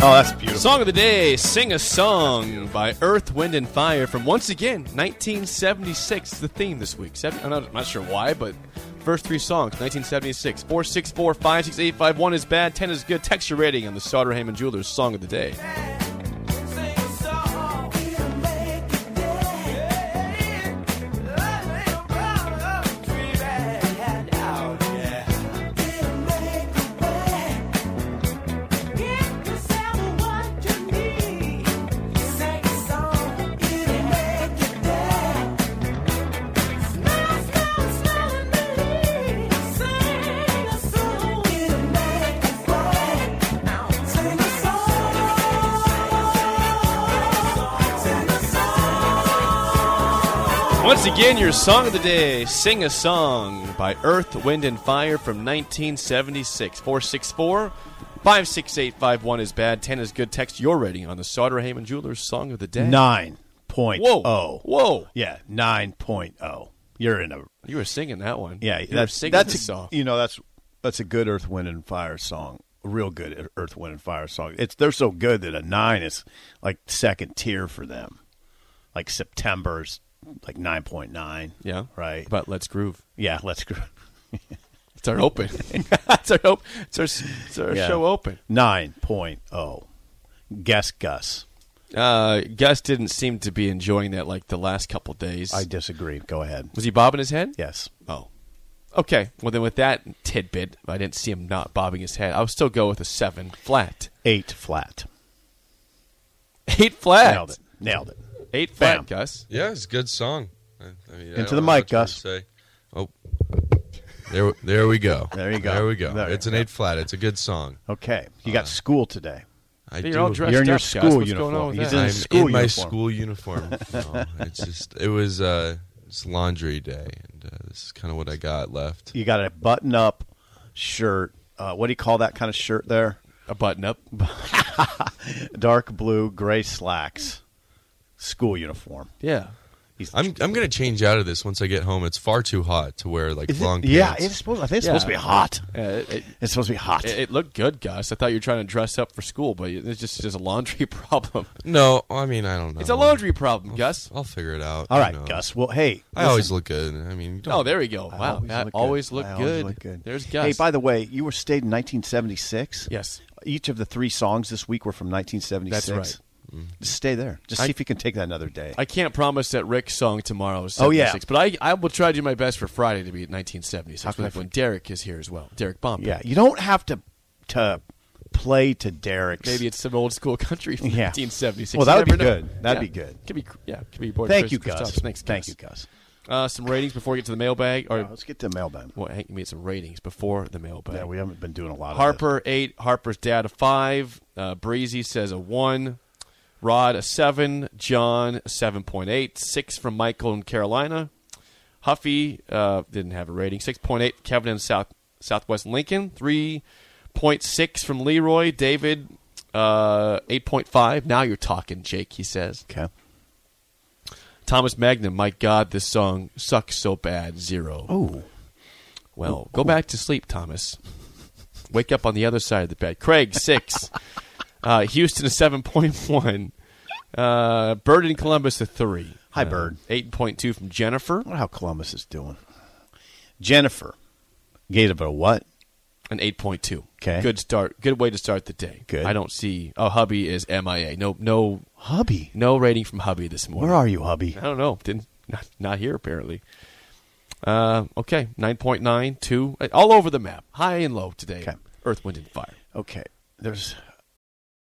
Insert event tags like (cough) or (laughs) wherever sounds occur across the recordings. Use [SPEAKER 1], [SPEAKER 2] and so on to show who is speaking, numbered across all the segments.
[SPEAKER 1] Oh, that's beautiful.
[SPEAKER 2] Song of the day, Sing a Song by Earth, Wind, and Fire from once again 1976. The theme this week. Seven, I'm, not, I'm not sure why, but first three songs 1976. 464 568 1 is bad, 10 is good. Texture rating on the Sauter Heyman Jewelers Song of the Day. Once again, your Song of the Day, Sing a Song by Earth, Wind, and Fire from 1976. 464 568 1 is bad, 10 is good. Text your rating on the Sauter Heyman Jewelers Song of the Day.
[SPEAKER 1] Nine point
[SPEAKER 2] Whoa.
[SPEAKER 1] oh.
[SPEAKER 2] Whoa.
[SPEAKER 1] Yeah, nine point oh. You're in a
[SPEAKER 2] You were singing that one.
[SPEAKER 1] yeah.
[SPEAKER 2] you were
[SPEAKER 1] that's
[SPEAKER 2] singing
[SPEAKER 1] that's
[SPEAKER 2] this
[SPEAKER 1] a,
[SPEAKER 2] song.
[SPEAKER 1] you know that's that's a good Earth Wind and Fire song. A real good E, Earth Wind and Fire song. It's they're so good that a nine is like second tier for them. Like September's like nine point nine.
[SPEAKER 2] yeah,
[SPEAKER 1] right.
[SPEAKER 2] But let's groove.
[SPEAKER 1] Yeah, let's go. (laughs)
[SPEAKER 2] It's our open. (laughs) it's our open. It's our, it's our
[SPEAKER 1] Yeah.
[SPEAKER 2] show open.
[SPEAKER 1] Nine point oh. Guess Gus.
[SPEAKER 2] Uh, Gus didn't seem to be enjoying that like the last couple days.
[SPEAKER 1] I disagree. Go ahead.
[SPEAKER 2] was he bobbing his head?
[SPEAKER 1] Yes.
[SPEAKER 2] Oh. Okay. Well, then with that tidbit, I didn't see him not bobbing his head. I would still go with a seven flat. (laughs)
[SPEAKER 1] Eight flat.
[SPEAKER 2] Eight flat.
[SPEAKER 1] Nailed it. Nailed it.
[SPEAKER 2] Eight flat,
[SPEAKER 1] Bam.
[SPEAKER 2] Gus.
[SPEAKER 3] Yeah, it's a good song. I, I mean, I
[SPEAKER 1] Into
[SPEAKER 3] don't
[SPEAKER 1] the
[SPEAKER 3] know
[SPEAKER 1] mic,
[SPEAKER 3] much more to
[SPEAKER 1] Gus.
[SPEAKER 3] Say, oh, there, there we go.
[SPEAKER 1] There you go.
[SPEAKER 3] There we go.
[SPEAKER 1] There
[SPEAKER 3] it's
[SPEAKER 1] you
[SPEAKER 3] an
[SPEAKER 1] go.
[SPEAKER 3] eight flat. It's a good song.
[SPEAKER 1] Okay. You
[SPEAKER 2] Uh.
[SPEAKER 1] got school today.
[SPEAKER 3] I
[SPEAKER 2] You're
[SPEAKER 3] do.
[SPEAKER 2] all dressed
[SPEAKER 1] You're in your
[SPEAKER 2] up, Gus.
[SPEAKER 1] school
[SPEAKER 2] What's
[SPEAKER 1] uniform.
[SPEAKER 2] Going on with
[SPEAKER 1] He's
[SPEAKER 2] that?
[SPEAKER 1] in
[SPEAKER 3] I'm
[SPEAKER 1] school
[SPEAKER 3] in my
[SPEAKER 1] uniform.
[SPEAKER 3] school uniform.
[SPEAKER 1] (laughs)
[SPEAKER 3] No, it's just it was uh, it's laundry day, and uh, this is kind of what I got left.
[SPEAKER 1] You got a button up shirt. Uh, what do you call that kind of shirt there?
[SPEAKER 2] a button up.
[SPEAKER 1] Dark blue, gray slacks. School uniform.
[SPEAKER 2] Yeah.
[SPEAKER 3] I'm I'm gonna change out of this once I get home. It's far too hot to wear like
[SPEAKER 1] Is it-
[SPEAKER 3] long
[SPEAKER 1] yeah,
[SPEAKER 3] pants.
[SPEAKER 1] it's supposed I think it's
[SPEAKER 2] Yeah.
[SPEAKER 1] supposed to be hot.
[SPEAKER 2] Uh, it, it,
[SPEAKER 1] It's supposed to be hot.
[SPEAKER 2] it looked good, Gus. I thought you were trying to dress up for school, but it's just just a laundry (laughs) problem.
[SPEAKER 3] no, I mean I don't know.
[SPEAKER 2] It's a laundry problem, Gus.
[SPEAKER 3] I'll figure it out.
[SPEAKER 1] All
[SPEAKER 3] you
[SPEAKER 1] right,
[SPEAKER 3] know.
[SPEAKER 1] Gus. Well, hey.
[SPEAKER 3] I always look good. I mean,
[SPEAKER 2] Oh, there we go.
[SPEAKER 1] I
[SPEAKER 2] Wow, that
[SPEAKER 1] look good.
[SPEAKER 2] always
[SPEAKER 1] I
[SPEAKER 2] looked
[SPEAKER 1] always
[SPEAKER 2] good.
[SPEAKER 1] look good.
[SPEAKER 2] There's Gus.
[SPEAKER 1] Hey, by the way, you were stayed in 1976.
[SPEAKER 2] yes,
[SPEAKER 1] Each of the three songs this week were from 1976.
[SPEAKER 2] That's
[SPEAKER 1] Just stay there. Just see if you can take that another day.
[SPEAKER 2] I can't promise that Rick's song tomorrow is
[SPEAKER 1] Oh, yeah.
[SPEAKER 2] 76, but I I will try to do my best for Friday to be at 1976
[SPEAKER 1] How can
[SPEAKER 2] like
[SPEAKER 1] I
[SPEAKER 2] when Derek is here as well. Derek Bomb.
[SPEAKER 1] yeah, you don't have to to play to Derek's.
[SPEAKER 2] Maybe it's some old school country from
[SPEAKER 1] (laughs) Yeah.
[SPEAKER 2] 1976.
[SPEAKER 1] Well, that
[SPEAKER 2] You
[SPEAKER 1] would be
[SPEAKER 2] never know.
[SPEAKER 1] good. That'd
[SPEAKER 2] Yeah.
[SPEAKER 1] be good.
[SPEAKER 2] Could be, yeah, could be bored.
[SPEAKER 1] Thank
[SPEAKER 2] Chris
[SPEAKER 1] you, Gus.
[SPEAKER 2] Christoph. Thanks,
[SPEAKER 1] Thank
[SPEAKER 2] Gus.
[SPEAKER 1] you, Gus.
[SPEAKER 2] Uh, some ratings before we get to the mailbag, or
[SPEAKER 1] Now, let's get to mailbag.
[SPEAKER 2] well, hang, we had some ratings before the mailbag.
[SPEAKER 1] Yeah, we haven't been doing a lot. of
[SPEAKER 2] Harper eight, Harper's dad a five, uh, Breezy says a one, Rod a seven, John a seven point eight, six from Michael in Carolina. Huffy uh, didn't have a rating. Six point eight, Kevin in South Southwest Lincoln. Three point six from Leroy. David uh, eight point five. Now you're talking, Jake. He says.
[SPEAKER 1] Okay.
[SPEAKER 2] Thomas Magnum, my God, this song sucks so bad. Zero.
[SPEAKER 1] Oh,
[SPEAKER 2] Well, go back to sleep, Thomas. Wake up on the other side of the bed. Craig,
[SPEAKER 1] (laughs)
[SPEAKER 2] six. uh, Houston, a 7.1. Uh, Bird in Columbus, a three.
[SPEAKER 1] Hi,
[SPEAKER 2] Uh,
[SPEAKER 1] Bird.
[SPEAKER 2] 8.2 from Jennifer,
[SPEAKER 1] I wonder how Columbus is doing. Jennifer gave it a what?
[SPEAKER 2] an 8.2.
[SPEAKER 1] 'Kay.
[SPEAKER 2] Good start. Good way to start the day.
[SPEAKER 1] Good.
[SPEAKER 2] I don't see. Oh, hubby is MIA. No, no,
[SPEAKER 1] Hubby.
[SPEAKER 2] no rating from hubby this morning.
[SPEAKER 1] Where are you, hubby?
[SPEAKER 2] I don't know. Didn't not, not here apparently. Uh, okay, 9.9, 2, uh, all over the map, high and low today.
[SPEAKER 1] Okay.
[SPEAKER 2] Earth, wind, and fire.
[SPEAKER 1] Okay. There's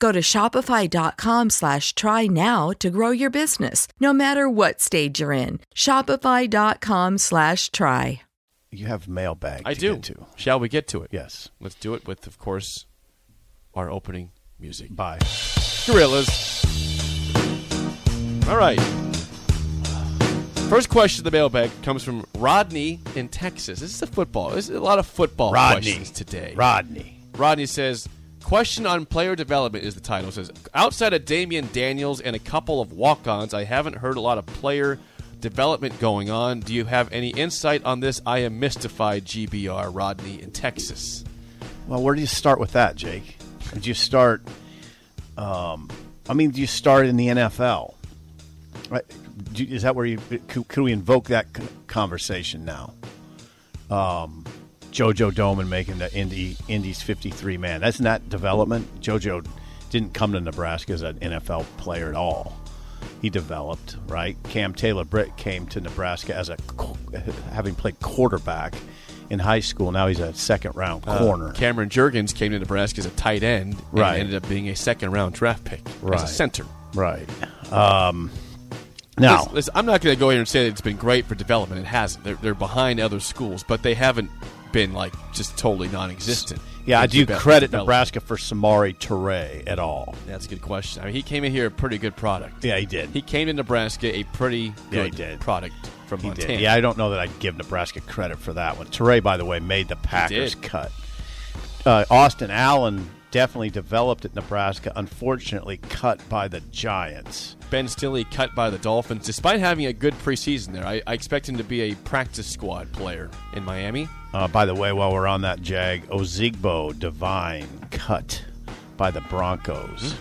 [SPEAKER 4] Go to shopify.com slash try now to grow your business, no matter what stage you're in. Shopify.com slash try.
[SPEAKER 1] you have mailbag.
[SPEAKER 2] I
[SPEAKER 1] to
[SPEAKER 2] do.
[SPEAKER 1] Get to.
[SPEAKER 2] Shall we get to it?
[SPEAKER 1] Yes.
[SPEAKER 2] Let's do it with, of course, our opening music.
[SPEAKER 1] Bye.
[SPEAKER 2] Gorillas. All right. First question of the mailbag comes from Rodney in Texas. This is a football. This is a lot of football
[SPEAKER 1] Rodney.
[SPEAKER 2] questions today.
[SPEAKER 1] Rodney.
[SPEAKER 2] Rodney says, "Question on player development is the title." Says, "Outside of Damian Daniels and a couple of walk-ons, I haven't heard a lot of player development going on. Do you have any insight on this? I am mystified." GBR Rodney in Texas.
[SPEAKER 1] Well, where do you start with that, Jake? Did you start? Um, I mean, do you start in the NFL? Right? Do, is that where you could, could we invoke that c- conversation now? Um, JoJo Doman making the Indy Indy's fifty-three man. That's not development. JoJo didn't come to Nebraska as an NFL player at all. He developed, right? Cam Taylor Britt came to Nebraska as a qu- having played quarterback in high school. Now he's a second-round corner.
[SPEAKER 2] Cameron Jurgens came to Nebraska as a tight end and
[SPEAKER 1] Right.
[SPEAKER 2] ended up being a second-round draft pick as
[SPEAKER 1] Right.
[SPEAKER 2] a center.
[SPEAKER 1] Right. Um, now,
[SPEAKER 2] Listen- listen, I'm not going to go here and say that it's been great for development. It hasn't. They're, they're behind other schools, but they haven't been like just totally non-existent.
[SPEAKER 1] yeah, I
[SPEAKER 2] in
[SPEAKER 1] do
[SPEAKER 2] deve-
[SPEAKER 1] credit
[SPEAKER 2] development.
[SPEAKER 1] Nebraska for Samari Toure at all.
[SPEAKER 2] That's a good question. I mean, he came in here a pretty good product.
[SPEAKER 1] Yeah, he did.
[SPEAKER 2] He came to Nebraska a pretty
[SPEAKER 1] Yeah, he
[SPEAKER 2] good
[SPEAKER 1] did.
[SPEAKER 2] product from
[SPEAKER 1] He
[SPEAKER 2] Montana.
[SPEAKER 1] did. Yeah, I don't know that I'd give Nebraska credit for that one. Teray, by the way, made the Packers
[SPEAKER 2] did.
[SPEAKER 1] cut. Uh, Austin Allen definitely developed at Nebraska. Unfortunately, cut by the Giants.
[SPEAKER 2] Ben Stilley cut by the Dolphins, despite having a good preseason there. I, I expect him to be a practice squad player in Miami.
[SPEAKER 1] Uh, by the way, while we're on that jag, Ozigbo Divine cut by the Broncos.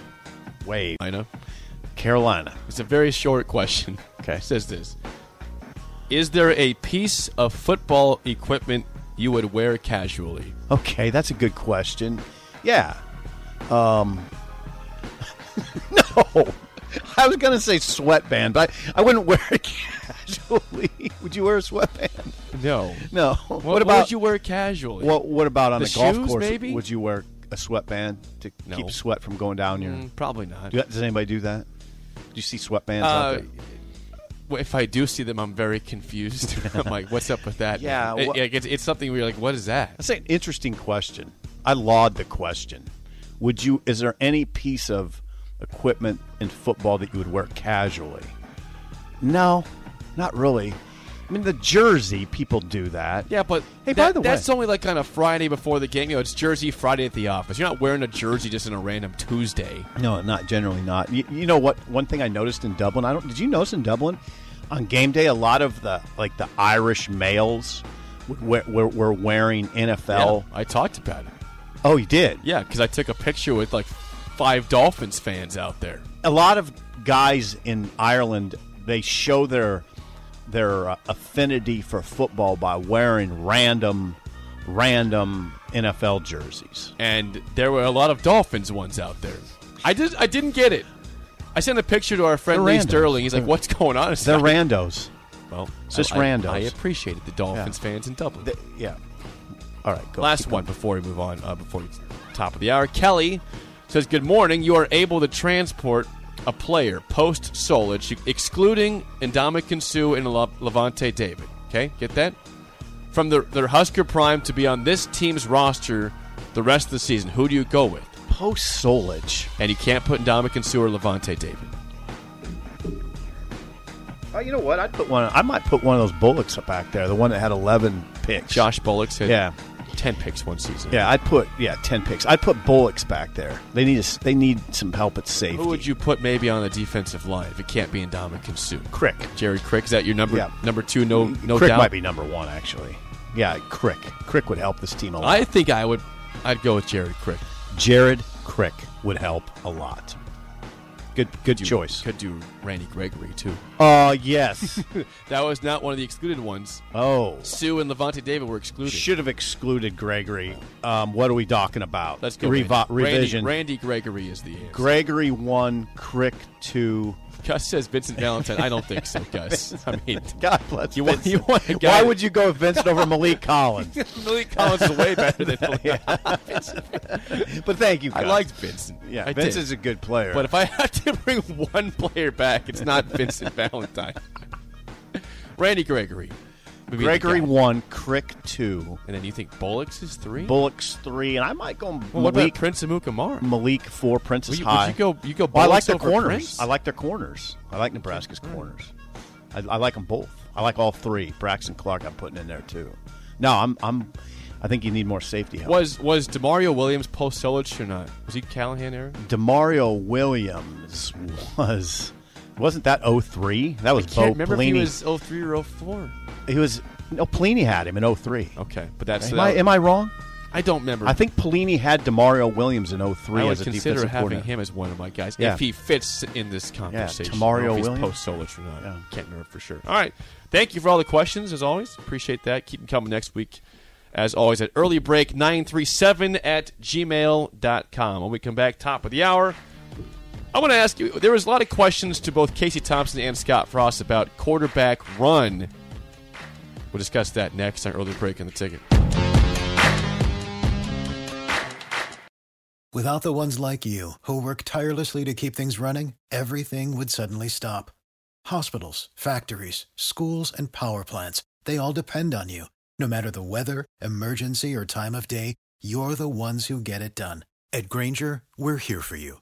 [SPEAKER 1] Wait,
[SPEAKER 2] I know.
[SPEAKER 1] Carolina.
[SPEAKER 2] It's a very short question.
[SPEAKER 1] Okay.
[SPEAKER 2] It says this. Is there a piece of football equipment you would wear casually?
[SPEAKER 1] Okay, that's a good question. Yeah. Um, (laughs) no. I was going to say sweatband, but I, I wouldn't wear it (laughs) casually. Would you wear a sweatband?
[SPEAKER 2] No.
[SPEAKER 1] No.
[SPEAKER 2] What, would you wear casually?
[SPEAKER 1] What what about on
[SPEAKER 2] The
[SPEAKER 1] a golf
[SPEAKER 2] shoes,
[SPEAKER 1] course?
[SPEAKER 2] maybe?
[SPEAKER 1] Would you wear a sweatband to
[SPEAKER 2] No.
[SPEAKER 1] keep sweat from going down your
[SPEAKER 2] Mm, probably not.
[SPEAKER 1] Do that- Does anybody do that? Do you see sweatbands
[SPEAKER 2] Uh,
[SPEAKER 1] out there?
[SPEAKER 2] if I do see them, I'm very confused. (laughs) I'm like, what's up with that?
[SPEAKER 1] Yeah,
[SPEAKER 2] It-
[SPEAKER 1] wha-
[SPEAKER 2] like, it's, it's something where you're like, what is that?
[SPEAKER 1] That's an interesting question. I laud the question. Would you? Is there any piece of equipment in football that you would wear casually? No, not really. I mean, the jersey people do that.
[SPEAKER 2] Yeah, but
[SPEAKER 1] Hey,
[SPEAKER 2] that-
[SPEAKER 1] by the way-
[SPEAKER 2] that's only like on a Friday before the game. You know, it's Jersey Friday at the office. You're not wearing a jersey just on a random Tuesday.
[SPEAKER 1] No, not generally not. You, you know what? One thing I noticed in Dublin. I don't. Did you notice in Dublin on game day a lot of the like the Irish males were, were, were wearing NFL.
[SPEAKER 2] Yeah, I talked about it.
[SPEAKER 1] Oh, you did.
[SPEAKER 2] Yeah, because I took a picture with like five Dolphins fans out there.
[SPEAKER 1] a lot of guys in Ireland they show their their uh, affinity for football by wearing random random NFL jerseys.
[SPEAKER 2] and there were a lot of dolphins ones out there. I just I didn't get it. I sent a picture to our friend
[SPEAKER 1] They're
[SPEAKER 2] Lee
[SPEAKER 1] random.
[SPEAKER 2] Sterling. He's like,
[SPEAKER 1] They're-
[SPEAKER 2] "What's going on?"
[SPEAKER 1] They're randos.
[SPEAKER 2] well,
[SPEAKER 1] it's just
[SPEAKER 2] I, I-
[SPEAKER 1] randos.
[SPEAKER 2] I appreciated the Dolphins
[SPEAKER 1] Yeah.
[SPEAKER 2] fans in Dublin.
[SPEAKER 1] They- yeah. All right. Go.
[SPEAKER 2] Last one before we move on. Uh, before we top of the hour, Kelly says, "Good morning. You are able to transport a player post Solich, excluding Indomitian Kinsu and Le- Levante David. Okay, get that from their, their Husker prime to be on this team's roster the rest of the season. Who do you go with?"
[SPEAKER 1] Post Solich.
[SPEAKER 2] and you can't put Ndamukong Suh or Levante David.
[SPEAKER 1] Oh, you know what? I'd put one. I might put one of those Bullocks up back there. The one that had eleven picks.
[SPEAKER 2] Josh Bullock's had
[SPEAKER 1] Yeah.
[SPEAKER 2] ten picks one season.
[SPEAKER 1] Yeah, I'd put yeah ten picks. I'd put Bullocks back there. They need a s they need some help at safety.
[SPEAKER 2] Who would you put maybe on the defensive line if it can't be Ndamukong Suh?
[SPEAKER 1] Crick?
[SPEAKER 2] Jerry Crick is that your number
[SPEAKER 1] Yeah. Mm,
[SPEAKER 2] number two? No, no
[SPEAKER 1] Crick
[SPEAKER 2] doubt.
[SPEAKER 1] might be number one actually. Yeah, Crick. Crick would help this team a lot.
[SPEAKER 2] I think I would. I'd go with Jerry Crick.
[SPEAKER 1] Jared Crick would help a lot. Good, good
[SPEAKER 2] Do-
[SPEAKER 1] choice.
[SPEAKER 2] Could do Randy Gregory too.
[SPEAKER 1] Oh yes. (laughs)
[SPEAKER 2] That was not one of the excluded ones.
[SPEAKER 1] oh,
[SPEAKER 2] Sue and Levante David were excluded.
[SPEAKER 1] should have excluded Gregory. Um, what are we talking about?
[SPEAKER 2] Let's go.
[SPEAKER 1] Revo-
[SPEAKER 2] Randy.
[SPEAKER 1] revision.
[SPEAKER 2] Randy, Randy Gregory is the answer.
[SPEAKER 1] Gregory one, Crick two.
[SPEAKER 2] Gus says Vincent Valentine. I don't think so,
[SPEAKER 1] (laughs)
[SPEAKER 2] Gus. I mean,
[SPEAKER 1] God bless.
[SPEAKER 2] You want- you
[SPEAKER 1] Vincent.
[SPEAKER 2] want a guy-
[SPEAKER 1] Why would you go with Vincent
[SPEAKER 2] (laughs)
[SPEAKER 1] over Malik Collins?
[SPEAKER 2] Malik Collins is way better than
[SPEAKER 1] (laughs) But thank you.
[SPEAKER 2] I
[SPEAKER 1] Gus.
[SPEAKER 2] liked Vincent.
[SPEAKER 1] Yeah,
[SPEAKER 2] I did.
[SPEAKER 1] Vincent's a good player.
[SPEAKER 2] But if I (laughs) had to bring one player back, it's not Vincent Valentine. (laughs) Randy Gregory. would be the
[SPEAKER 1] Gregory
[SPEAKER 2] guy.
[SPEAKER 1] one, Crick two,
[SPEAKER 2] And then you think Bullocks is three?
[SPEAKER 1] Bullocks three, and I might go
[SPEAKER 2] well, what about
[SPEAKER 1] Malik
[SPEAKER 2] Prince Amukamara?
[SPEAKER 1] Malik four, Princess
[SPEAKER 2] Would you- would
[SPEAKER 1] High.
[SPEAKER 2] you go- you go
[SPEAKER 1] Well, I
[SPEAKER 2] Bullocks
[SPEAKER 1] like their
[SPEAKER 2] over
[SPEAKER 1] corners.
[SPEAKER 2] Prince?
[SPEAKER 1] I like their corners. I like Nebraska's corners. I, I like them both. I like all three. Braxton Clark, I'm putting in there too. No, I'm. I'm. I think you need more safety help.
[SPEAKER 2] Was was Demario Williams post Solich or not? Was he Callahan era?
[SPEAKER 1] Demario Williams was? Wasn't that 03? That was Bo
[SPEAKER 2] Can't remember
[SPEAKER 1] Pelini.
[SPEAKER 2] if he was 03 or 04.
[SPEAKER 1] He was- No, Pelini had him in 03.
[SPEAKER 2] Okay, but that's uh,
[SPEAKER 1] Am, I, am I wrong?
[SPEAKER 2] I don't remember.
[SPEAKER 1] I think Pelini had Demario Williams in
[SPEAKER 2] I
[SPEAKER 1] 03
[SPEAKER 2] would
[SPEAKER 1] as a
[SPEAKER 2] consider
[SPEAKER 1] defensive
[SPEAKER 2] having
[SPEAKER 1] coordinator.
[SPEAKER 2] him as one of my guys
[SPEAKER 1] Yeah.
[SPEAKER 2] if he fits in this conversation.
[SPEAKER 1] Tamario
[SPEAKER 2] I don't know if he's
[SPEAKER 1] Williams.
[SPEAKER 2] post Solich or not.
[SPEAKER 1] Yeah.
[SPEAKER 2] Can't remember for sure. All right. Thank you for all the questions, as always. Appreciate that. Keep them coming next week, as always, at early break 937 at gmail.com. When we come back, top of the hour. I want to ask you there was a lot of questions to both Casey Thompson and Scott Frost about quarterback run. We'll discuss that next on early break on the ticket.
[SPEAKER 5] Without the ones like you, who work tirelessly to keep things running, everything would suddenly stop. Hospitals, factories, schools, and power plants, they all depend on you. No matter the weather, emergency, or time of day, you're the ones who get it done. At Granger, we're here for you